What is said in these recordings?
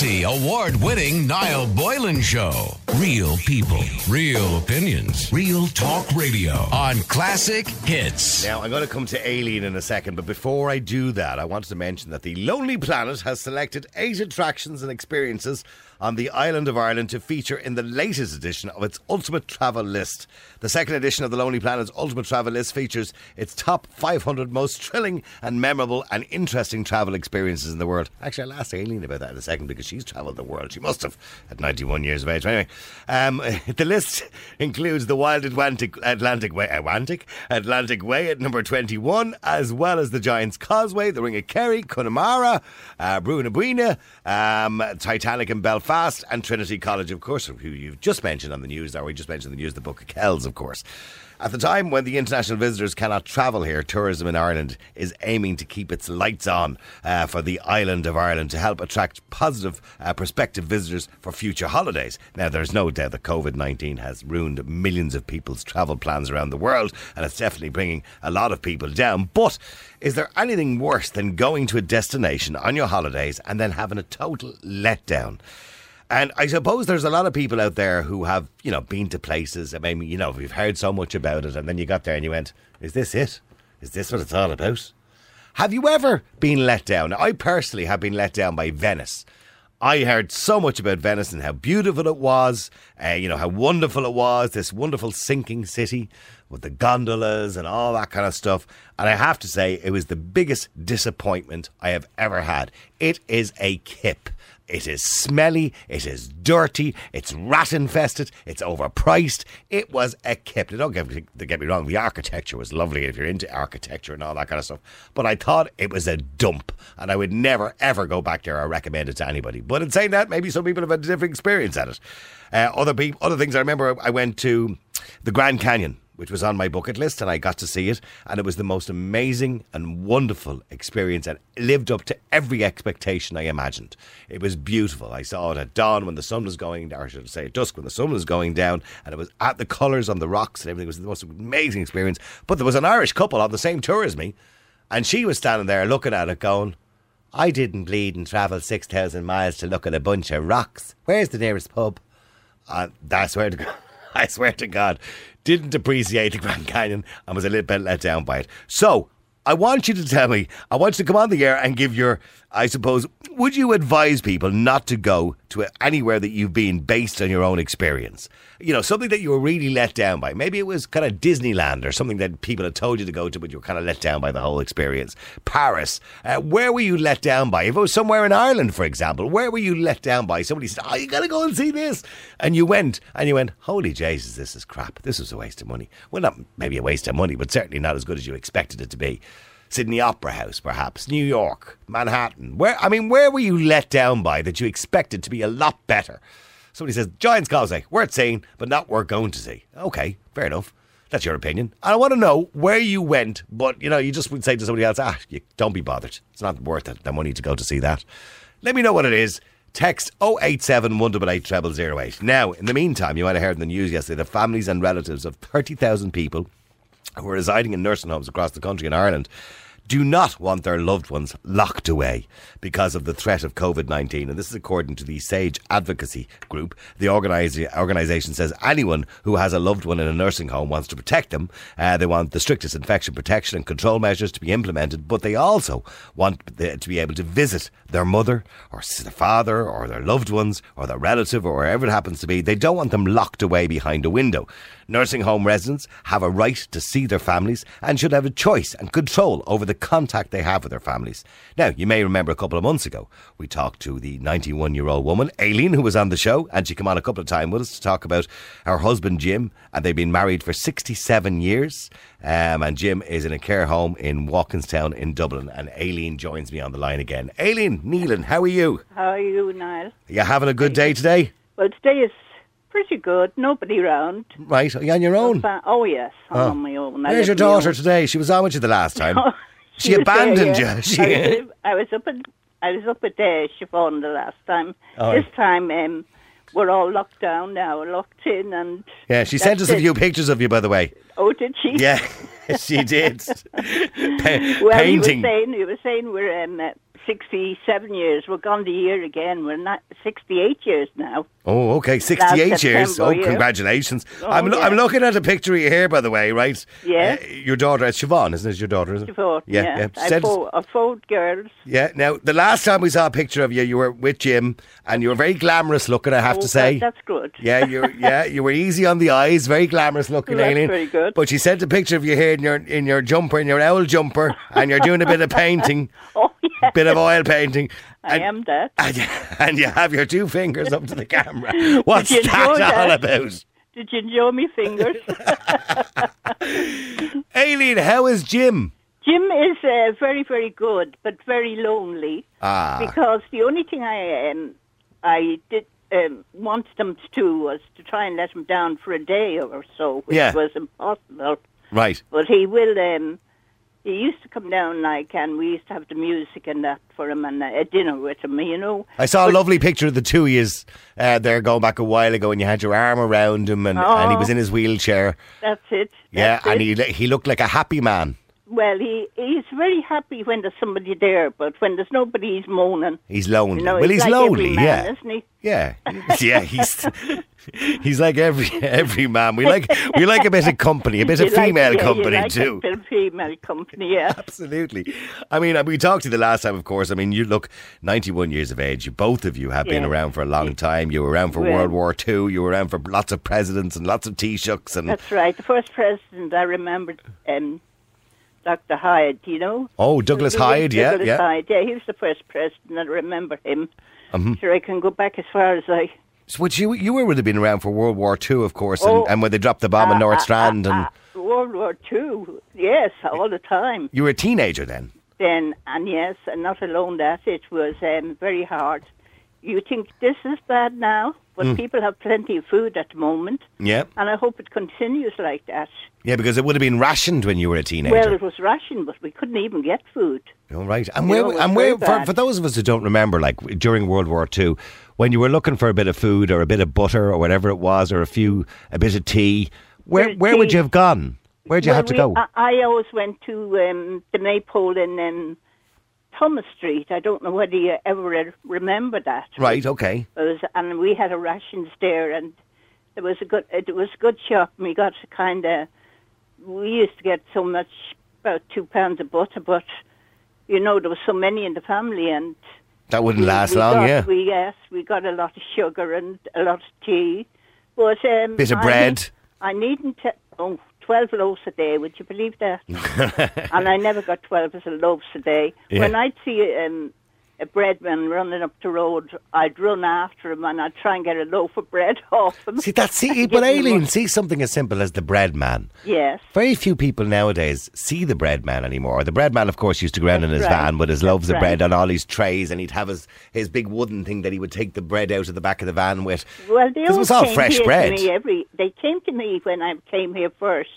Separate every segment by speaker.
Speaker 1: multi award winning Niall Boylan Show. Real people, real opinions, real talk radio on classic hits.
Speaker 2: Now, I'm going to come to Alien in a second, but before I do that, I wanted to mention that the Lonely Planet has selected eight attractions and experiences on the island of Ireland to feature in the latest edition of its Ultimate Travel List. The second edition of the Lonely Planet's Ultimate Travel List features its top 500 most thrilling and memorable and interesting travel experiences in the world. Actually, I'll ask Aileen about that in a second because she's travelled the world. She must have at 91 years of age. Anyway, um, the list includes the Wild Atlantic, Atlantic Way, Atlantic, Atlantic Way at number 21, as well as the Giants Causeway, the Ring of Kerry, Connemara, uh, Brunabuena, um, Titanic in Belfast, and Trinity College, of course, who you've just mentioned on the news, or we just mentioned in the news, the Book of Kells, of course. At the time when the international visitors cannot travel here, tourism in Ireland is aiming to keep its lights on uh, for the island of Ireland to help attract positive uh, prospective visitors for future holidays. Now, there's no doubt that COVID 19 has ruined millions of people's travel plans around the world, and it's definitely bringing a lot of people down. But is there anything worse than going to a destination on your holidays and then having a total letdown? And I suppose there's a lot of people out there who have, you know, been to places. I mean, you know, we've heard so much about it, and then you got there and you went, "Is this it? Is this what it's all about?" Have you ever been let down? I personally have been let down by Venice. I heard so much about Venice and how beautiful it was, uh, you know, how wonderful it was, this wonderful sinking city with the gondolas and all that kind of stuff. And I have to say, it was the biggest disappointment I have ever had. It is a kip. It is smelly, it is dirty, it's rat infested, it's overpriced. It was a kip. Now, Don't get, don't get me wrong, the architecture was lovely if you're into architecture and all that kind of stuff. But I thought it was a dump, and I would never, ever go back there or recommend it to anybody. But in saying that, maybe some people have had a different experience at it. Uh, other, people, other things I remember, I went to the Grand Canyon which was on my bucket list, and I got to see it, and it was the most amazing and wonderful experience, and it lived up to every expectation I imagined. It was beautiful. I saw it at dawn when the sun was going, or I should say, at dusk when the sun was going down, and it was at the colours on the rocks and everything. It was the most amazing experience. But there was an Irish couple on the same tour as me, and she was standing there looking at it, going, "I didn't bleed and travel six thousand miles to look at a bunch of rocks. Where's the nearest pub?" And I swear to God, I swear to God, didn't appreciate the Grand Canyon and was a little bit let down by it. So I want you to tell me, I want you to come on the air and give your, I suppose, would you advise people not to go to anywhere that you've been based on your own experience? You know, something that you were really let down by. Maybe it was kind of Disneyland or something that people had told you to go to, but you were kind of let down by the whole experience. Paris, uh, where were you let down by? If it was somewhere in Ireland, for example, where were you let down by? Somebody said, Oh, you got to go and see this. And you went and you went, Holy Jesus, this is crap. This was a waste of money. Well, not maybe a waste of money, but certainly not as good as you expected it to be. Sydney Opera House, perhaps, New York, Manhattan. Where I mean, where were you let down by that you expected to be a lot better? Somebody says Giants Causeway, worth seeing, but not worth going to see. Okay, fair enough. That's your opinion. I want to know where you went, but you know, you just would say to somebody else, ah, you, don't be bothered. It's not worth it, the money to go to see that. Let me know what it is. Text 087 188 0008. Now, in the meantime, you might have heard in the news yesterday the families and relatives of 30,000 people who are residing in nursing homes across the country in Ireland do not want their loved ones locked away because of the threat of COVID 19. And this is according to the SAGE Advocacy Group. The organisation says anyone who has a loved one in a nursing home wants to protect them. Uh, they want the strictest infection protection and control measures to be implemented, but they also want the- to be able to visit their mother or s- their father or their loved ones or their relative or wherever it happens to be. They don't want them locked away behind a window. Nursing home residents have a right to see their families and should have a choice and control over the contact they have with their families. Now, you may remember a couple of months ago, we talked to the 91 year old woman, Aileen, who was on the show, and she came on a couple of times with us to talk about her husband, Jim, and they've been married for 67 years. Um, and Jim is in a care home in Walkinstown in Dublin, and Aileen joins me on the line again. Aileen, Neelan, how are you?
Speaker 3: How are you, Niall?
Speaker 2: You having a good day today?
Speaker 3: Well, today is pretty good. Nobody round.
Speaker 2: Right, are you on your own?
Speaker 3: Fa- Oh, yes, I'm on my own. I
Speaker 2: Where's Hmm. Ah. your
Speaker 3: live on my
Speaker 2: daughter today? She was on with you the last time.
Speaker 3: own.
Speaker 2: She abandoned
Speaker 3: there, Oh, yeah.
Speaker 2: you. She-
Speaker 3: I, was, I was up at I was up at uh, Siobhan the last time.
Speaker 2: Oh,
Speaker 3: this
Speaker 2: right.
Speaker 3: time, um, we're all locked down now, locked in, and
Speaker 2: Yeah, she sent us
Speaker 3: That's
Speaker 2: a
Speaker 3: it.
Speaker 2: few pictures of you, by the way.
Speaker 3: oh, did she?
Speaker 2: Yeah, she did. Pa-
Speaker 3: Well, he was
Speaker 2: painting.
Speaker 3: saying he was saying we're um, uh, 67 years. We're gone the year again. We're not 68 years now.
Speaker 2: Oh, okay, sixty-eight
Speaker 3: Last
Speaker 2: years. Oh,
Speaker 3: September, yeah.
Speaker 2: congratulations!
Speaker 3: Oh,
Speaker 2: I'm lo-
Speaker 3: yeah.
Speaker 2: I'm looking at a picture of you here, by the way. Right?
Speaker 3: Yeah.
Speaker 2: Uh, your daughter, it's Siobhan, isn't it? Your daughter, is it?
Speaker 3: Before,
Speaker 2: Yeah,
Speaker 3: yeah.
Speaker 2: yeah.
Speaker 3: I
Speaker 2: Said-
Speaker 3: fo- I fold girls.
Speaker 2: Yeah. Now, the last time we saw a picture of you, you were with Jim, and you were very glamorous looking. I have
Speaker 3: Oh,
Speaker 2: to say.
Speaker 3: that- that's good.
Speaker 2: Yeah, you yeah you were easy on the eyes, very glamorous looking,
Speaker 3: That's
Speaker 2: Aileen.
Speaker 3: very good.
Speaker 2: But she sent a picture of you here in your in your jumper, in your owl jumper, and you're doing a bit of painting,
Speaker 3: Oh, yeah.
Speaker 2: bit of oil painting.
Speaker 3: I
Speaker 2: and,
Speaker 3: am that.
Speaker 2: And, you- and you have your two fingers up to the camera. What's
Speaker 3: you
Speaker 2: that, all
Speaker 3: enjoy that?
Speaker 2: about?
Speaker 3: Did you enjoy me fingers?
Speaker 2: Aileen, how is Jim?
Speaker 3: Jim is uh, very, very good, but very lonely.
Speaker 2: Ah.
Speaker 3: Because the only thing I um, I did um, wanted him to do was to try and let him down for a day or so, which
Speaker 2: Yeah.
Speaker 3: was impossible.
Speaker 2: Right.
Speaker 3: But he will. Um, he used to come down like, and we used to have the music and that for him and uh, a dinner with him, you know.
Speaker 2: I saw a lovely picture of the two of yous uh, there going back a while ago, and you had your arm around him, and, and he
Speaker 3: Oh.
Speaker 2: was in his wheelchair.
Speaker 3: That's it.
Speaker 2: Yeah,
Speaker 3: That's
Speaker 2: and
Speaker 3: it.
Speaker 2: he he looked like a happy man.
Speaker 3: Well, he he's very happy when there's somebody there, but when there's nobody, he's moaning.
Speaker 2: He's lonely.
Speaker 3: You know,
Speaker 2: well, he's
Speaker 3: like every
Speaker 2: lonely,
Speaker 3: man,
Speaker 2: yeah.
Speaker 3: isn't he?
Speaker 2: Yeah, yeah, he's he's like every every man. We like we like a bit of company, a bit of
Speaker 3: You like-
Speaker 2: female
Speaker 3: yeah, you
Speaker 2: company
Speaker 3: like
Speaker 2: too.
Speaker 3: A bit of female company, yeah.
Speaker 2: Absolutely. I mean, we talked to you the last time, of course. I mean, you look 91 years of age. You both of you have been
Speaker 3: Yeah.
Speaker 2: around for a long time. You were around for
Speaker 3: Well-
Speaker 2: World War Two. You were around for lots of presidents and lots of Taoiseachs and
Speaker 3: That's right. The first president I remember, um, Dr. Hyde, you know?
Speaker 2: oh, Douglas
Speaker 3: He was
Speaker 2: Hyde. Yeah,
Speaker 3: Douglas
Speaker 2: yeah.
Speaker 3: Hyde, yeah. He was the first president. I remember him.
Speaker 2: Mm-hmm.
Speaker 3: Sure, I can go back as far as I.
Speaker 2: So, which you you would have been around for World War Two, of course, and,
Speaker 3: Oh. ah,
Speaker 2: and when they dropped the bomb in North Strand, and
Speaker 3: World War Two, yes, all the time.
Speaker 2: you were a teenager then.
Speaker 3: Then, and yes, and not alone that, it was um, very hard. You think this is bad now, but
Speaker 2: Mm.
Speaker 3: people have plenty of food at the moment,
Speaker 2: Yeah,
Speaker 3: and I hope it continues like that.
Speaker 2: yeah, because it would have been rationed when you were a teenager.
Speaker 3: Well, it was ration, but we couldn't even get food.
Speaker 2: All right. And
Speaker 3: You
Speaker 2: where,
Speaker 3: know, it was
Speaker 2: and
Speaker 3: very
Speaker 2: where for,
Speaker 3: bad.
Speaker 2: for those of us who don't remember, like during World War Two, when you were looking for a bit of food or a bit of butter or whatever it was, or a few, a bit of tea, where,
Speaker 3: Bit of
Speaker 2: where would
Speaker 3: tea.
Speaker 2: you have gone? Where'd you
Speaker 3: well,
Speaker 2: have to
Speaker 3: we- uh,
Speaker 2: go?
Speaker 3: I, I always went to um, the Maypole in um, Thomas Street. I don't know whether you ever re- remember that.
Speaker 2: right, okay.
Speaker 3: It was, and we had a rations there, and it was a good it was a good shop. And we got kind of we used to get so much about two pounds of butter, but you know there was so many in the family, and
Speaker 2: That wouldn't
Speaker 3: we-
Speaker 2: last
Speaker 3: we
Speaker 2: long,
Speaker 3: got,
Speaker 2: yeah.
Speaker 3: We yes, we got a lot of sugar and a lot of tea, but um,
Speaker 2: Bit of
Speaker 3: I
Speaker 2: bread.
Speaker 3: need- I needn't. T- oh, 12 loaves a day, would you believe that? and I never got 12 as a loaves a day.
Speaker 2: Yeah.
Speaker 3: When I'd see um, a breadman running up the road, I'd run after him and I'd try and get a loaf of bread off him.
Speaker 2: See, that's, see,
Speaker 3: Give
Speaker 2: but
Speaker 3: me
Speaker 2: Aileen,
Speaker 3: one.
Speaker 2: see something as simple as the bread man.
Speaker 3: Yes.
Speaker 2: Very few people nowadays see the bread man anymore. The bread man, of course, used to go around in his
Speaker 3: right.
Speaker 2: van with his loaves of
Speaker 3: right.
Speaker 2: bread on all his trays, and he'd have his, his big wooden thing that he would take the bread out of the back of the van with.
Speaker 3: Well, they
Speaker 2: 'Cause
Speaker 3: all
Speaker 2: it was all
Speaker 3: came
Speaker 2: fresh
Speaker 3: here
Speaker 2: bread.
Speaker 3: To me every, they came to me when I came here first.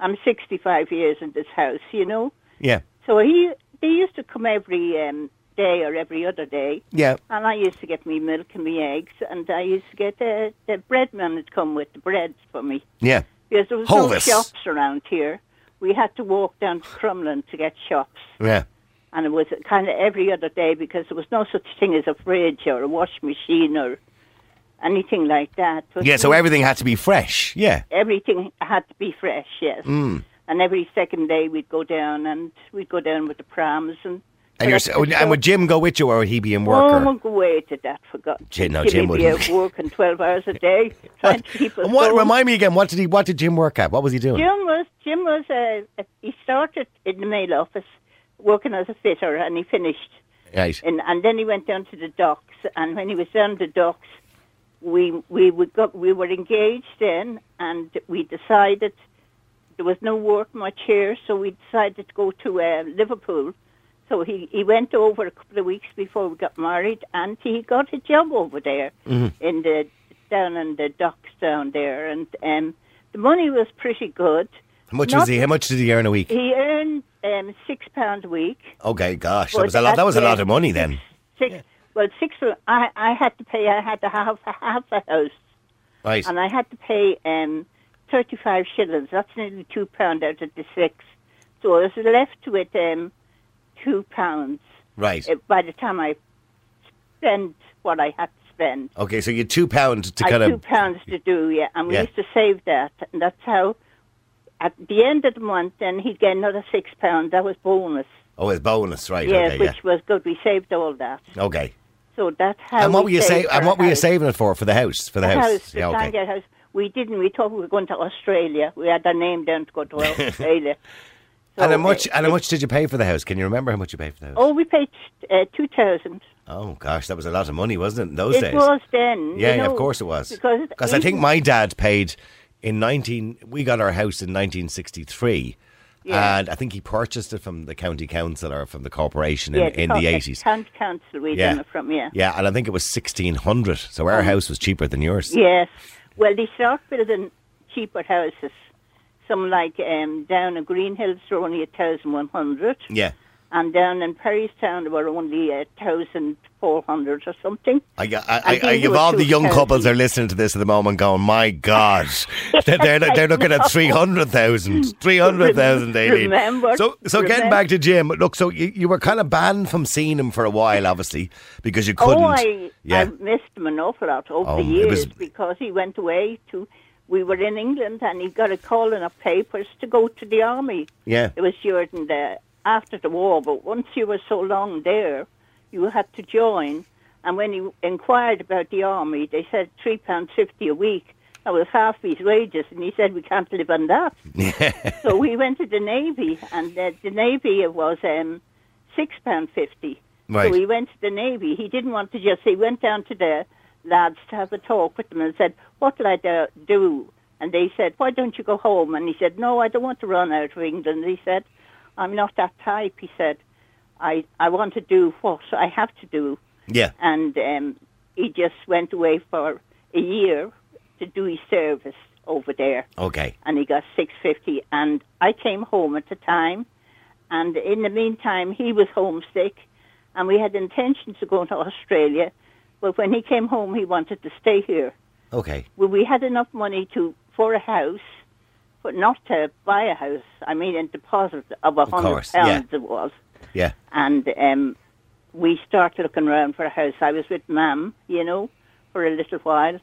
Speaker 3: I'm 65 years in this house, you know.
Speaker 2: Yeah,
Speaker 3: So he, they used to come every um, day or every other day.
Speaker 2: yeah.
Speaker 3: And I used to get me milk and me eggs, and I used to get uh, the bread man had come with the breads for me
Speaker 2: Yeah.
Speaker 3: because there was no
Speaker 2: Hovis.
Speaker 3: shops around here. We had to walk down to Crumlin to get shops,
Speaker 2: Yeah.
Speaker 3: and it was kind of every other day because there was no such thing as a fridge or a wash machine or anything like that. But
Speaker 2: Yeah, so
Speaker 3: we-
Speaker 2: everything had to be fresh. Yeah.
Speaker 3: everything had to be fresh, yes.
Speaker 2: Mm.
Speaker 3: And every second day we'd go down, and we'd go down with the prams and.
Speaker 2: And you're, so- and would Jim go with you or would he be in work?
Speaker 3: Oh,
Speaker 2: or-
Speaker 3: I won't go away to that for God.
Speaker 2: Jim- no, Jim
Speaker 3: Jimmy be
Speaker 2: wouldn't.
Speaker 3: out working twelve hours a day trying to keep us
Speaker 2: and what
Speaker 3: going.
Speaker 2: remind me again, what did he what did Jim work at? What was he doing?
Speaker 3: Jim was Jim was uh, he started in the mail office working as a fitter and he finished
Speaker 2: Right.
Speaker 3: and and then he went down to the docks and when he was down the docks we we would go, we were engaged then and we decided there was no work much here so we decided to go to uh, Liverpool so he he went over a couple of weeks before we got married and he got a job over there in the down in the docks down there and um the money was pretty good
Speaker 2: How much
Speaker 3: Not-
Speaker 2: was he how much did he earn a week?
Speaker 3: he earned um, six pound a week.
Speaker 2: Okay, gosh, that
Speaker 3: But
Speaker 2: was a lot that
Speaker 3: at
Speaker 2: was a lot
Speaker 3: the-
Speaker 2: of money then.
Speaker 3: Six. Well, six. I I had to pay. I had to have half a house,
Speaker 2: Right.
Speaker 3: and I had to pay um, thirty five shillings. That's nearly two pound out of the six. So I was left with um, two pounds.
Speaker 2: Right.
Speaker 3: uh, by the time I spend what I had to spend.
Speaker 2: Okay, so you're two pound to
Speaker 3: I
Speaker 2: kind
Speaker 3: had two
Speaker 2: of
Speaker 3: pounds to do, yeah. And we
Speaker 2: Yeah.
Speaker 3: used to save that, and that's how. At the end of the month, then he'd get another six pounds. That was bonus,
Speaker 2: oh, it's bonus, right?
Speaker 3: yeah,
Speaker 2: okay,
Speaker 3: which was good. We saved all that,
Speaker 2: yeah. Okay.
Speaker 3: so that's how.
Speaker 2: And what were
Speaker 3: we
Speaker 2: you
Speaker 3: saved
Speaker 2: saving?
Speaker 3: for
Speaker 2: And
Speaker 3: a
Speaker 2: what were you
Speaker 3: house.
Speaker 2: saving it for? For the house? For the
Speaker 3: A
Speaker 2: house?
Speaker 3: house,
Speaker 2: Yeah.
Speaker 3: we
Speaker 2: Okay.
Speaker 3: can't get a house. We didn't. We thought we were going to Australia. We had our name down to go to Australia. So,
Speaker 2: and how much?
Speaker 3: uh,
Speaker 2: And how much did you pay for the house? Can you remember how much you paid for the house?
Speaker 3: Oh, we paid uh, two thousand.
Speaker 2: Oh gosh, that was a lot of money, wasn't it? In those
Speaker 3: It
Speaker 2: days.
Speaker 3: was then.
Speaker 2: yeah,
Speaker 3: you
Speaker 2: yeah, of
Speaker 3: know,
Speaker 2: course it was.
Speaker 3: Because
Speaker 2: I think
Speaker 3: even-
Speaker 2: my dad paid in nineteen. We got our house in nineteen sixty three.
Speaker 3: Yeah.
Speaker 2: And I think he purchased it from the county council or from the corporation in,
Speaker 3: yeah,
Speaker 2: in the
Speaker 3: co-
Speaker 2: eighties.
Speaker 3: County council we
Speaker 2: Yeah.
Speaker 3: done it from yeah.
Speaker 2: Yeah, and I think it was sixteen hundred. So
Speaker 3: Oh.
Speaker 2: our house was cheaper than yours.
Speaker 3: Yes. Well, they start building cheaper houses. Some like um, down in Green Hills are only a thousand one hundred,
Speaker 2: Yeah.
Speaker 3: and down in Perrystown were only a thousand four hundred or something.
Speaker 2: I, I,
Speaker 3: I
Speaker 2: I,
Speaker 3: think
Speaker 2: I,
Speaker 3: it
Speaker 2: if
Speaker 3: was
Speaker 2: all the young
Speaker 3: 2,000.
Speaker 2: couples are listening to this at the moment going, my God, they're, they're, they're looking at 300,000, 300,000, Aileen.
Speaker 3: Remember-
Speaker 2: So, so getting
Speaker 3: remember-
Speaker 2: back to Jim, look, so you, you were kind of banned from seeing him for a while, obviously, because you couldn't.
Speaker 3: Oh, I, I
Speaker 2: yeah.
Speaker 3: missed him an awful lot over
Speaker 2: Oh,
Speaker 3: the
Speaker 2: it
Speaker 3: years
Speaker 2: was-
Speaker 3: because he went away to. We were in England and he got a call in our papers to go to the army.
Speaker 2: Yeah.
Speaker 3: It was during the after the war, but once you were so long there, you had to join. And when he inquired about the army, they said three pound fifty a week. That was half his wages, and he said we can't live on that. so we went to the navy, and uh, the, the navy was um, six pound fifty.
Speaker 2: Right.
Speaker 3: So he went to the navy. He didn't want to just. He went down to the lads to have a talk with them and said, "What will I do- do?" And they said, "Why don't you go home?" And he said, "No, I don't want to run out of England." He said, "I'm not that type." He said, "I I want to do what I have to do."
Speaker 2: yeah.
Speaker 3: And um, he just went away for a year to do his service over there
Speaker 2: Okay.
Speaker 3: and he got 650 and I came home at the time and in the meantime he was homesick and we had intentions of going to Australia but when he came home he wanted to stay here
Speaker 2: Okay.
Speaker 3: well, we had enough money to for a house but not to buy a house I mean a deposit of a hundred
Speaker 2: course, yeah.
Speaker 3: pounds it was
Speaker 2: Yeah.
Speaker 3: and um, we started looking around for a house. I was with Mam, you know, for a little while,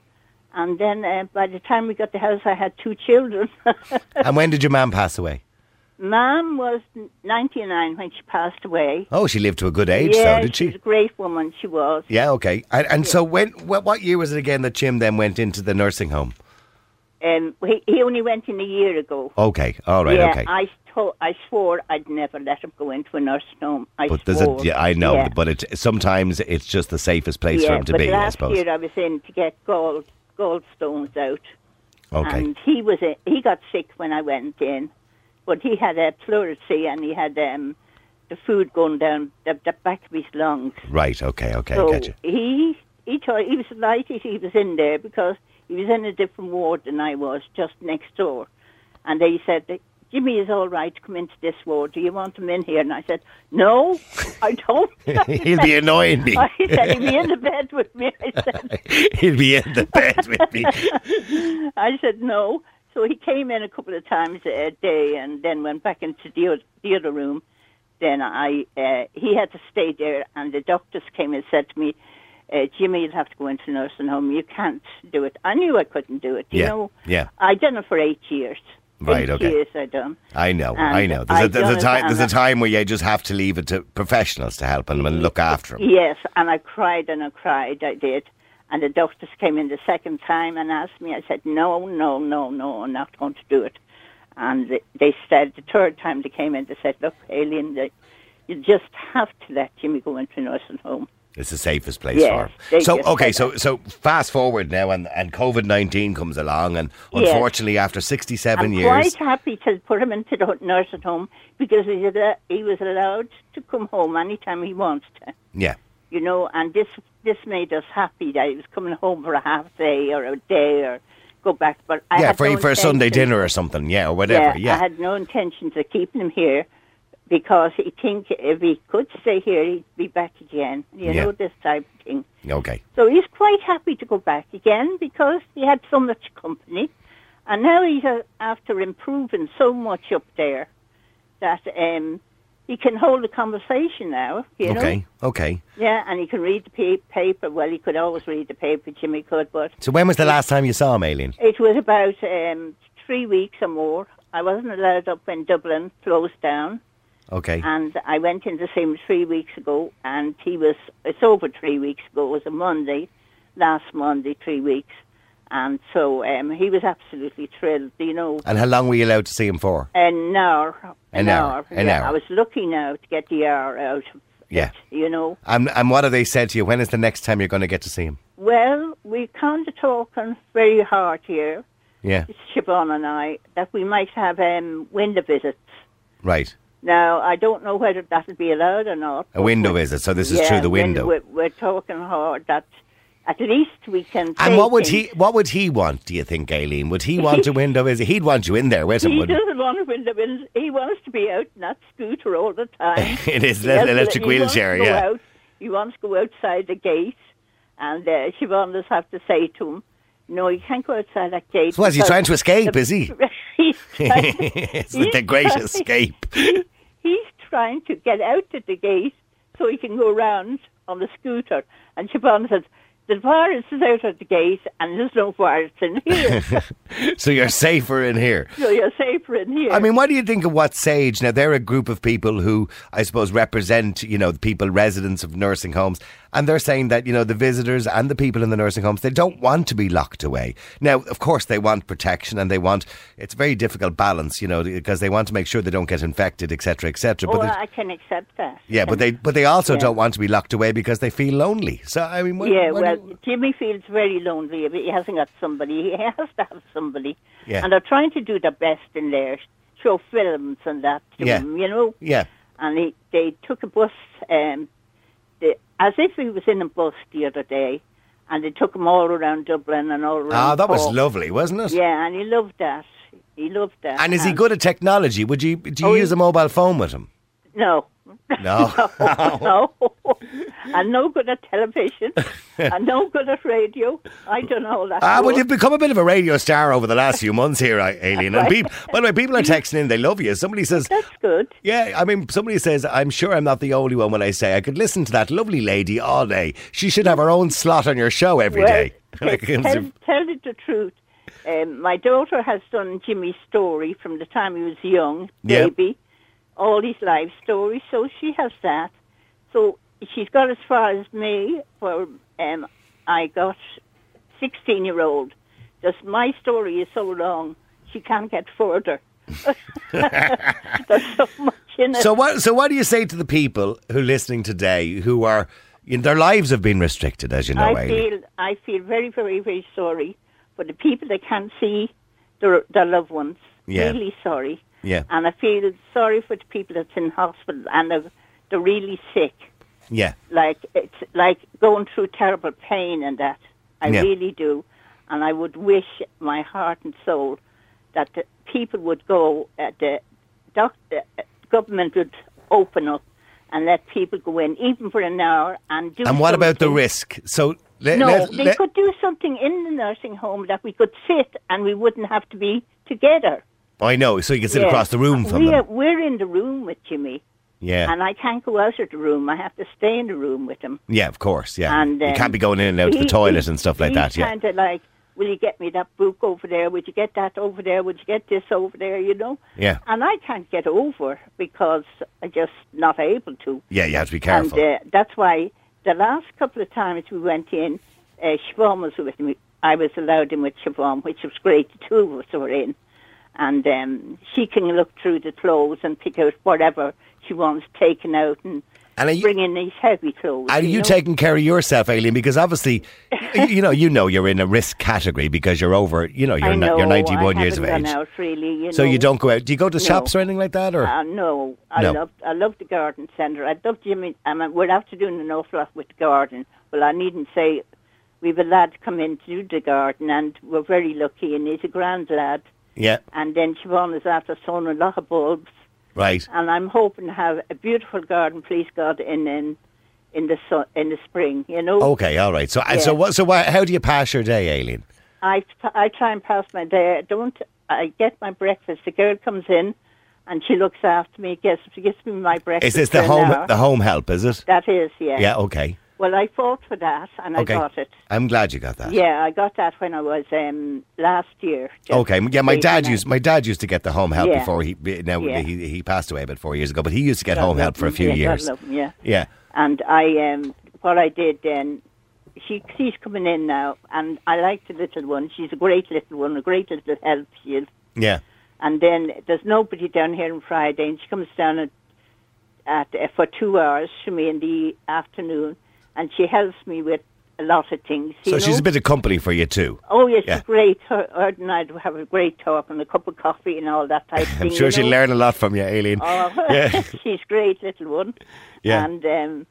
Speaker 3: and then uh, by the time we got the house, I had two children.
Speaker 2: and when did your man pass away?
Speaker 3: Mam was 99 when she passed away.
Speaker 2: Oh, she lived to a good age,
Speaker 3: yeah,
Speaker 2: though, did
Speaker 3: she
Speaker 2: she?
Speaker 3: was a great woman. She was.
Speaker 2: Yeah, okay. And, and so when, what, what year was it again that Jim then went into the nursing home?
Speaker 3: Um, he, he only went in a year ago.
Speaker 2: Okay. All right.
Speaker 3: yeah,
Speaker 2: okay.
Speaker 3: I to- I swore I'd never let him go into a nursing home. I
Speaker 2: But
Speaker 3: swore.
Speaker 2: there's a, yeah, I know,
Speaker 3: Yeah.
Speaker 2: but it, sometimes it's just the safest place for
Speaker 3: yeah,
Speaker 2: him to
Speaker 3: but
Speaker 2: be,
Speaker 3: last
Speaker 2: I suppose.
Speaker 3: year I was in to get gall gallstones out.
Speaker 2: okay.
Speaker 3: And he was a, he got sick when I went in, but he had a pleurisy and he had um, the food going down the, the back of his lungs.
Speaker 2: right, okay, okay,
Speaker 3: so
Speaker 2: gotcha.
Speaker 3: he he told, he was delighted he was in there because he was in a different ward than I was, just next door. And they said, Jimmy is all right to come into this ward. Do you want him in here? And I said, No, I don't.
Speaker 2: He'll be annoying me.
Speaker 3: I said, he'll be in the bed with me. I said,
Speaker 2: He'll be in the bed with me.
Speaker 3: I said no. So he came in a couple of times a day and then went back into the, oth- the other room. Then I uh, he had to stay there, and the doctors came and said to me, uh, "Jimmy, you'll have to go into nursing home. You can't do it." I knew I couldn't do it. You
Speaker 2: Yeah,
Speaker 3: know,
Speaker 2: yeah.
Speaker 3: I done it for eight years.
Speaker 2: Right,
Speaker 3: Eight
Speaker 2: okay.
Speaker 3: years I done.
Speaker 2: I know,
Speaker 3: And
Speaker 2: I know. There's a,
Speaker 3: I
Speaker 2: there's, a
Speaker 3: don't
Speaker 2: time, there's a
Speaker 3: understand.
Speaker 2: time where you just have to leave it to professionals to help him and look after him.
Speaker 3: Yes, and I cried and I cried. I did. And the doctors came in the second time and asked me. I said, no, no, no, no, I'm not going to do it. And th- they said, the third time they came in, they said, look, Aileen, they, you just have to let Jimmy go into a nursing home.
Speaker 2: It's the safest place
Speaker 3: Yes,
Speaker 2: for him.
Speaker 3: they
Speaker 2: So
Speaker 3: just
Speaker 2: okay,
Speaker 3: said
Speaker 2: so so fast forward now, and and COVID nineteen comes along, and
Speaker 3: Yes.
Speaker 2: unfortunately, after sixty seven
Speaker 3: I'm
Speaker 2: years,
Speaker 3: quite happy to put him into the nursing home because he, did a- he was allowed to come home anytime he wants to.
Speaker 2: yeah,
Speaker 3: you know, and this this made us happy that he was coming home for a half day or a day or go back. But I
Speaker 2: yeah,
Speaker 3: had
Speaker 2: for
Speaker 3: no
Speaker 2: for a Sunday
Speaker 3: intention-
Speaker 2: dinner or something, yeah, or whatever, yeah,
Speaker 3: I had no intentions of keeping him here because he think if he could stay here, he'd be back again. You
Speaker 2: Yeah.
Speaker 3: know this type of thing.
Speaker 2: okay,
Speaker 3: So he's quite happy to go back again because he had so much company, and now he's uh, after improving so much up there that um, he can hold a conversation now. You know?
Speaker 2: Okay, okay.
Speaker 3: Yeah, and he can read the pa- paper. Well, he could always read the paper. Jimmy could, but
Speaker 2: So when was the last time you saw him, Aileen?
Speaker 3: it was about um, three weeks or more. I wasn't allowed up when Dublin closed down,
Speaker 2: Okay.
Speaker 3: and I went in to see him three weeks ago. And he was it's over three weeks ago. It was a Monday, last Monday, three weeks, and so um, he was absolutely thrilled. You know,
Speaker 2: And how long were you allowed to see him for?
Speaker 3: an hour,
Speaker 2: An hour, an
Speaker 3: yeah,
Speaker 2: hour.
Speaker 3: I was lucky now to get the hour out. of
Speaker 2: Yeah.
Speaker 3: it, you know.
Speaker 2: And, and what have they said to you? When is the next time you're going to get to see him?
Speaker 3: Well, we're kind of talking very hard here,
Speaker 2: Yeah,
Speaker 3: Siobhan and I, that we might have um, window visits.
Speaker 2: right.
Speaker 3: Now, I don't know whether that'll be allowed or not.
Speaker 2: A window visit. So this is through the
Speaker 3: when
Speaker 2: window.
Speaker 3: We're, we're talking hard that at least we can. say
Speaker 2: and what would
Speaker 3: things.
Speaker 2: he? What would he want? Do you think, Aileen? Would he want a window visit? He'd want you in there with him,
Speaker 3: He
Speaker 2: wouldn't?
Speaker 3: doesn't want a window visit. He wants to be out in that scooter all the time.
Speaker 2: he? In his
Speaker 3: He has-
Speaker 2: electric
Speaker 3: he wants
Speaker 2: wheelchair.
Speaker 3: to go
Speaker 2: Yeah.
Speaker 3: out- he wants to go outside the gate, and uh, Siobhan does have to say to him, "No, you can't go outside that gate."
Speaker 2: So what, is he
Speaker 3: because
Speaker 2: trying to escape? Is he?
Speaker 3: he's, trying to,
Speaker 2: it's the great
Speaker 3: trying-
Speaker 2: escape.
Speaker 3: he's trying to get out at the gate so he can go round on the scooter. And Siobhan says, the virus is out at the gate and there's no virus in here.
Speaker 2: So you're safer in here.
Speaker 3: so you're safer in here.
Speaker 2: I mean, what do you think of what Sage? Now they're a group of people who, I suppose, represent you know the people residents of nursing homes, and they're saying that you know the visitors and the people in the nursing homes they don't want to be locked away. Now, of course, they want protection and they want it's a very difficult balance, you know, because they want to make sure they don't get infected, etc., etc.
Speaker 3: oh,
Speaker 2: but they-
Speaker 3: I can accept that.
Speaker 2: yeah, but they but they also
Speaker 3: Yeah.
Speaker 2: don't want to be locked away because they feel lonely. So I mean, what,
Speaker 3: yeah,
Speaker 2: what do
Speaker 3: well,
Speaker 2: you-
Speaker 3: Jimmy feels very lonely if he hasn't got somebody. He has to have somebody.
Speaker 2: Yeah.
Speaker 3: And they're trying to do their best in there, show films and that to
Speaker 2: Yeah.
Speaker 3: him, you know?
Speaker 2: yeah,
Speaker 3: and he, they took a bus, um, the, as if he was in a bus the other day, and they took him all around Dublin and all around.
Speaker 2: ah, that was
Speaker 3: Cork.
Speaker 2: lovely, wasn't it?
Speaker 3: Yeah, and he loved that. He loved that.
Speaker 2: And is he good at technology? Would you do you
Speaker 3: Oh, he-
Speaker 2: use a mobile phone with him?
Speaker 3: No.
Speaker 2: No.
Speaker 3: no. I'm no good at television. I'm no good at radio. I don't know all that.
Speaker 2: Ah, well,
Speaker 3: stuff.
Speaker 2: you've become a bit of a radio star over the last few months here, I- Aileen. And people, by the way, people are texting in. They love you. Somebody says,
Speaker 3: That's good.
Speaker 2: yeah, I mean, somebody says, I'm sure I'm not the only one when I say I could listen to that lovely lady all day. She should have her own slot on your show every day.
Speaker 3: Well,
Speaker 2: Like,
Speaker 3: tell,
Speaker 2: it's a-
Speaker 3: tell, tell it the truth. Um, my daughter has done Jimmy's story from the time he was young,
Speaker 2: Yeah.
Speaker 3: baby, all his life story. So she has that. So she's got as far as me, where um, I got 16 year old. Just my story is so long, she can't get further. There's so much in it.
Speaker 2: so, what, so, what do you say to the people who are listening today who are, you know, their lives have been restricted, as you know,
Speaker 3: I
Speaker 2: Aileen?
Speaker 3: feel I feel very, very, very sorry for the people that can't see their their loved ones.
Speaker 2: Yeah.
Speaker 3: Really sorry.
Speaker 2: Yeah.
Speaker 3: And I feel sorry for the people that's in hospital and they're, they're really sick.
Speaker 2: Yeah.
Speaker 3: Like it's like going through terrible pain and that. I
Speaker 2: Yeah.
Speaker 3: really do. And I would wish my heart and soul that the people would go at the doctor government would open up and let people go in even for an hour and do
Speaker 2: And what about the
Speaker 3: something.
Speaker 2: risk? So, let,
Speaker 3: No,
Speaker 2: let-
Speaker 3: they
Speaker 2: let-
Speaker 3: could do something in the nursing home that we could sit and we wouldn't have to be together.
Speaker 2: I know. So you can sit
Speaker 3: Yeah.
Speaker 2: across the room from
Speaker 3: we're,
Speaker 2: them.
Speaker 3: We're in the room with Jimmy,
Speaker 2: Yeah.
Speaker 3: and I can't go out of the room. I have to stay in the room with him.
Speaker 2: Yeah, of course. Yeah,
Speaker 3: And,
Speaker 2: you
Speaker 3: um,
Speaker 2: can't be going in and out to the
Speaker 3: He-
Speaker 2: toilet
Speaker 3: he-
Speaker 2: and stuff like
Speaker 3: he's
Speaker 2: that. Yeah,
Speaker 3: kind of like, will you get me that book over there? Would you get that over there? Would you get this over there? You know?
Speaker 2: Yeah.
Speaker 3: And I can't get over because I'm just not able to.
Speaker 2: yeah, you have to be careful.
Speaker 3: And uh, that's why the last couple of times we went in, uh, Siobhan was with me. I was allowed in with Siobhan, which was great. The two of us were in. And um, she can look through the clothes and pick out whatever she wants taken out and,
Speaker 2: And are you-
Speaker 3: bring in these heavy clothes.
Speaker 2: Are you
Speaker 3: know?
Speaker 2: taking care of yourself, Aileen? Because obviously, y- you know, you know, you're in a risk category because you're over. You know, you're
Speaker 3: I
Speaker 2: ni-
Speaker 3: know,
Speaker 2: you're 91
Speaker 3: I
Speaker 2: years of
Speaker 3: haven't
Speaker 2: age,
Speaker 3: gone Out really, you
Speaker 2: so
Speaker 3: know.
Speaker 2: you don't go out. Do you go to shops or anything like that? Or
Speaker 3: Uh, no, I
Speaker 2: No.
Speaker 3: love I love the garden centre. I love Jimmy. I mean, we're after doing an awful lot with the garden. Well, I needn't say we've a lad come in to do the garden, and we're very lucky, and he's a grand lad.
Speaker 2: yeah,
Speaker 3: And then Siobhan is after sowing a lot of bulbs,
Speaker 2: right.
Speaker 3: and I'm hoping to have a beautiful garden, please God, in in in the su- in the spring. You know,
Speaker 2: Okay, all right. So, and so
Speaker 3: Yeah.
Speaker 2: what? So, why, how do you pass your day, Aileen?
Speaker 3: I I try and pass my day. I don't. I get my breakfast. The girl comes in, and she looks after me, gives, she gives me my
Speaker 2: Is
Speaker 3: breakfast.
Speaker 2: this the
Speaker 3: for an
Speaker 2: home
Speaker 3: hour.
Speaker 2: the home help? Is it?
Speaker 3: That is, yeah.
Speaker 2: Yeah. Okay.
Speaker 3: Well, I fought for that and
Speaker 2: Okay.
Speaker 3: I got it.
Speaker 2: I'm glad you got that.
Speaker 3: Yeah, I got that when I was um, last year. just
Speaker 2: Okay. Yeah, my
Speaker 3: eight or
Speaker 2: dad
Speaker 3: nine.
Speaker 2: used my dad used to get the home help
Speaker 3: Yeah.
Speaker 2: before he be- now
Speaker 3: Yeah.
Speaker 2: he, he passed away about four years ago, but he used to get
Speaker 3: God
Speaker 2: home help
Speaker 3: love
Speaker 2: for a
Speaker 3: him,
Speaker 2: few
Speaker 3: yeah, God
Speaker 2: years.
Speaker 3: love him, yeah.
Speaker 2: Yeah.
Speaker 3: And I, um, what I did then, she she's coming in now, and I like the little one. She's a great little one, a great little help. She is.
Speaker 2: Yeah.
Speaker 3: And then there's nobody down here on Friday, and she comes down at, at uh, for two hours to me in the afternoon, and she helps me with a lot of things.
Speaker 2: So
Speaker 3: You know?
Speaker 2: she's a bit of company for you too.
Speaker 3: Oh yes,
Speaker 2: Yeah.
Speaker 3: she's great. Her, her and I'd have a great talk and a cup of coffee and all that type of thing.
Speaker 2: I'm sure
Speaker 3: you
Speaker 2: she'll
Speaker 3: know?
Speaker 2: learn a lot from you, Aileen.
Speaker 3: Oh,
Speaker 2: Yeah.
Speaker 3: she's great, little one.
Speaker 2: Yeah.
Speaker 3: And um,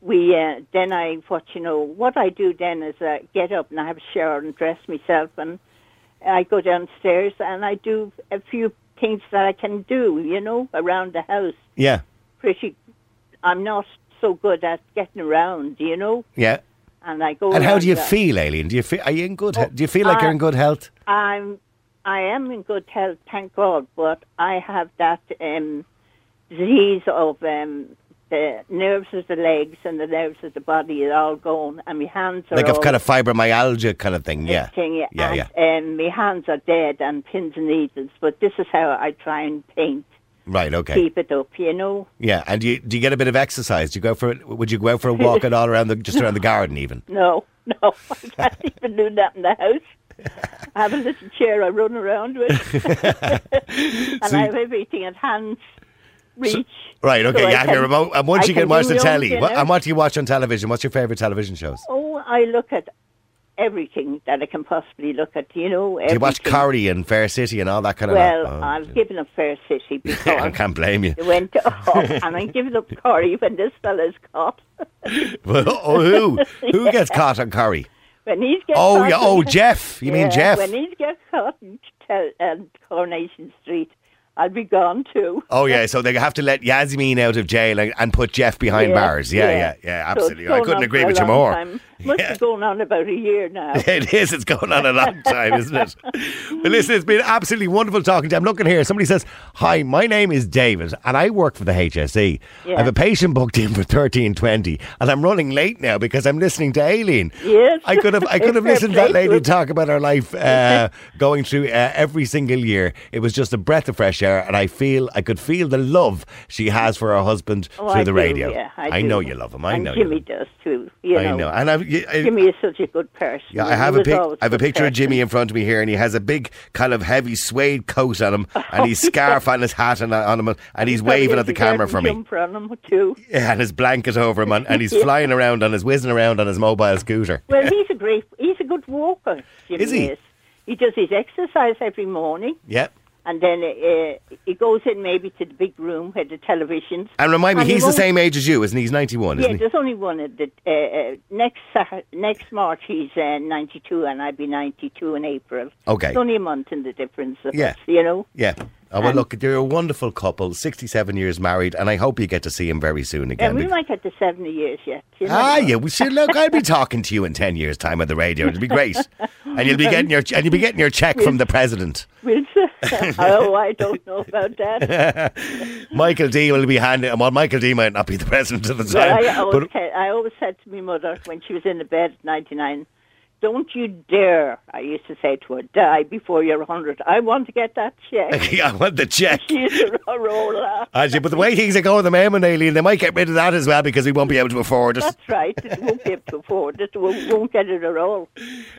Speaker 3: we uh, then I what you know what I do then is uh, get up and I have a shower and dress myself and I go downstairs and I do a few things that I can do, you know, around the house.
Speaker 2: Yeah.
Speaker 3: Pretty, I'm not so good at getting around, you know.
Speaker 2: Yeah.
Speaker 3: And I go.
Speaker 2: And how
Speaker 3: around
Speaker 2: do you
Speaker 3: the-
Speaker 2: feel, Aileen? Do you feel are you in good? he- do you feel like
Speaker 3: I-
Speaker 2: you're in good health?
Speaker 3: I'm I am in good health, thank God, but I have that um, disease of um, the nerves of the legs and the nerves of the body are all gone, and my hands are
Speaker 2: Like
Speaker 3: all
Speaker 2: of kind of fibromyalgia kind of thing. Yeah.
Speaker 3: itching,
Speaker 2: Yeah.
Speaker 3: and,
Speaker 2: Yeah.
Speaker 3: Um, my hands are dead and pins and needles, but this is how I try and paint,
Speaker 2: Right. Okay.
Speaker 3: keep it up, you know.
Speaker 2: Yeah. And do you do you get a bit of exercise? Do you go for would you go out for a walk at all around the just around the garden even?
Speaker 3: No, no, I can't even do that in the house. I have a little chair I run around with, and
Speaker 2: So
Speaker 3: I
Speaker 2: you-
Speaker 3: have everything at hand's reach.
Speaker 2: Right, okay,
Speaker 3: So I
Speaker 2: you have
Speaker 3: can-
Speaker 2: your remote. Oh, And once
Speaker 3: I
Speaker 2: you
Speaker 3: can
Speaker 2: can watch
Speaker 3: do
Speaker 2: the
Speaker 3: my own
Speaker 2: telly, what, um,
Speaker 3: dinner.
Speaker 2: and what do you watch on television? What's your favourite television shows?
Speaker 3: Oh, I look at everything that I can possibly look at. You know,
Speaker 2: Do you watch
Speaker 3: everything.
Speaker 2: Curry and Fair City and all that kind
Speaker 3: Well,
Speaker 2: of oh,
Speaker 3: I've
Speaker 2: yeah.
Speaker 3: given up Fair City
Speaker 2: I
Speaker 3: because
Speaker 2: can't blame you.
Speaker 3: it went off, and I'm giving up Corey when this fella's caught.
Speaker 2: Well, oh, who? Who gets caught on Curry?
Speaker 3: When he's getting
Speaker 2: Oh,
Speaker 3: caught,
Speaker 2: yeah, oh, Jeff. You
Speaker 3: Yeah,
Speaker 2: mean Jeff?
Speaker 3: When he's get caught in Tel- um, Coronation Street, I'll be gone too.
Speaker 2: Oh, yeah, so they have to let Yasmin out of jail and, and put Jeff behind
Speaker 3: Yeah,
Speaker 2: bars. Oh, Yeah, yeah, yeah,
Speaker 3: So it's
Speaker 2: absolutely. I
Speaker 3: gone
Speaker 2: couldn't
Speaker 3: on
Speaker 2: agree
Speaker 3: for a
Speaker 2: with you
Speaker 3: long
Speaker 2: more.
Speaker 3: time. Must
Speaker 2: Yeah.
Speaker 3: be going on about a year now.
Speaker 2: It is. It's going on a long time, isn't it? But listen, it's been absolutely wonderful talking to you. I'm looking here. Somebody says, "Hi, my name is David, and I work for the HSE. I
Speaker 3: Yeah.
Speaker 2: have a patient booked in for 13:20, and I'm running late now because I'm listening to Aileen.
Speaker 3: Yes.
Speaker 2: I could have. I could have
Speaker 3: Fair
Speaker 2: listened to that
Speaker 3: play
Speaker 2: lady
Speaker 3: to her.
Speaker 2: talk about her life uh, going through uh, every single year. It was just a breath of fresh air, and I feel I could feel the love she has for her husband
Speaker 3: Oh,
Speaker 2: through
Speaker 3: I
Speaker 2: the
Speaker 3: do,
Speaker 2: radio.
Speaker 3: Yeah, I, do.
Speaker 2: know you love him. I
Speaker 3: and
Speaker 2: know you.
Speaker 3: Jimmy
Speaker 2: love him.
Speaker 3: does too. You
Speaker 2: I know, and I've. you- I-
Speaker 3: Jimmy is such a good person.
Speaker 2: yeah, I
Speaker 3: and
Speaker 2: have
Speaker 3: he
Speaker 2: a
Speaker 3: was
Speaker 2: pic-
Speaker 3: always
Speaker 2: I have a
Speaker 3: good
Speaker 2: picture of
Speaker 3: person.
Speaker 2: Jimmy in front of me here, and he has a big kind of heavy suede coat on him, and his scarf and his hat and on him, and he's
Speaker 3: Probably
Speaker 2: waving
Speaker 3: has
Speaker 2: at the
Speaker 3: a
Speaker 2: camera
Speaker 3: garden
Speaker 2: for me,
Speaker 3: jumper on him too.
Speaker 2: yeah, and his blanket over him, and, and he's flying around on his whizzing around on his mobile scooter.
Speaker 3: Well, he's a great, he's a good walker. Jimmy
Speaker 2: Is he?
Speaker 3: He does his exercise every morning,
Speaker 2: Yeah,
Speaker 3: and then uh, he goes in maybe to the big room where the televisions.
Speaker 2: and remind me,
Speaker 3: And he
Speaker 2: he's the
Speaker 3: won't-
Speaker 2: same age as you, isn't he? He's ninety-one,
Speaker 3: Yeah,
Speaker 2: isn't he?
Speaker 3: there's only one at the uh, uh, next Sat- next March. He's uh, 92, and I'll be 92 in April.
Speaker 2: Okay.
Speaker 3: it's only a month in the difference. Of
Speaker 2: Yeah.
Speaker 3: us, you know.
Speaker 2: Yeah. Oh, well,
Speaker 3: And-
Speaker 2: look, they're a wonderful couple, sixty-seven years married, and I hope you get to see him very soon
Speaker 3: Yeah,
Speaker 2: again.
Speaker 3: we
Speaker 2: bec-
Speaker 3: might get to 70 years yet. You know?
Speaker 2: Ah, yeah. We should look. I'll be talking to you in ten years' time on the radio. It'll be great, and you'll be getting your and you'll be getting your check from the president.
Speaker 3: We'll see. oh, I don't know about that.
Speaker 2: Michael D will be handing. Well, Michael D might not be the president at the
Speaker 3: But
Speaker 2: time.
Speaker 3: I always,
Speaker 2: but
Speaker 3: said, I always said to my mother when she was in the bed at 99, don't you dare, I used to say to her, die before you're 100. I want to get that check.
Speaker 2: I want the check.
Speaker 3: She used to roll her.
Speaker 2: Actually, but the way things are going at the moment, Aileen, they might get rid of that as well because we won't be able to afford it.
Speaker 3: That's right. It won't be able to afford it. Won't, won't get it at all.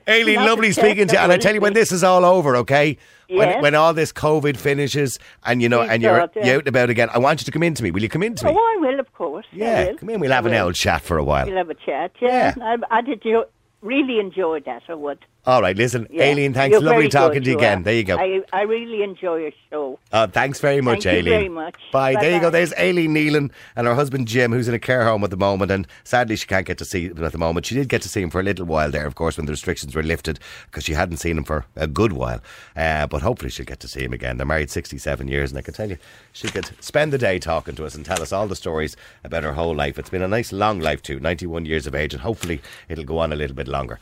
Speaker 2: Aileen,
Speaker 3: Not
Speaker 2: lovely
Speaker 3: the
Speaker 2: speaking
Speaker 3: check,
Speaker 2: to you.
Speaker 3: I
Speaker 2: And I
Speaker 3: will
Speaker 2: tell you, when
Speaker 3: be.
Speaker 2: this is all over, okay? When,
Speaker 3: Yes.
Speaker 2: when all this COVID finishes and you know,
Speaker 3: Please
Speaker 2: and you're,
Speaker 3: God, yeah.
Speaker 2: you're out and about again, I want you to come in to me. Will you come in to
Speaker 3: Oh,
Speaker 2: me?
Speaker 3: I will, of course. I
Speaker 2: yeah,
Speaker 3: will.
Speaker 2: come in. We'll have
Speaker 3: I
Speaker 2: an
Speaker 3: will.
Speaker 2: old chat for a while.
Speaker 3: We'll have a chat. Yeah,
Speaker 2: Yeah.
Speaker 3: I, I did you really enjoy that. I would.
Speaker 2: All right, listen,
Speaker 3: Yeah.
Speaker 2: Aileen, thanks.
Speaker 3: You're
Speaker 2: lovely
Speaker 3: very
Speaker 2: talking
Speaker 3: good,
Speaker 2: to you
Speaker 3: are.
Speaker 2: again. There you go.
Speaker 3: I, I really enjoy your show.
Speaker 2: Uh, thanks very much,
Speaker 3: Thank you
Speaker 2: Aileen.
Speaker 3: very much.
Speaker 2: Bye. There you go.
Speaker 3: Bye-bye.
Speaker 2: There's Aileen Neelan and her husband Jim, who's in a care home at the moment, and sadly she can't get to see him at the moment. She did get to see him for a little while there, of course, when the restrictions were lifted, because she hadn't seen him for a good while. Uh, but hopefully she'll get to see him again. They're married 67 years, and I can tell you, she could spend the day talking to us and tell us all the stories about her whole life. It's been a nice long life too, 91 years of age, and hopefully it'll go on a little bit longer.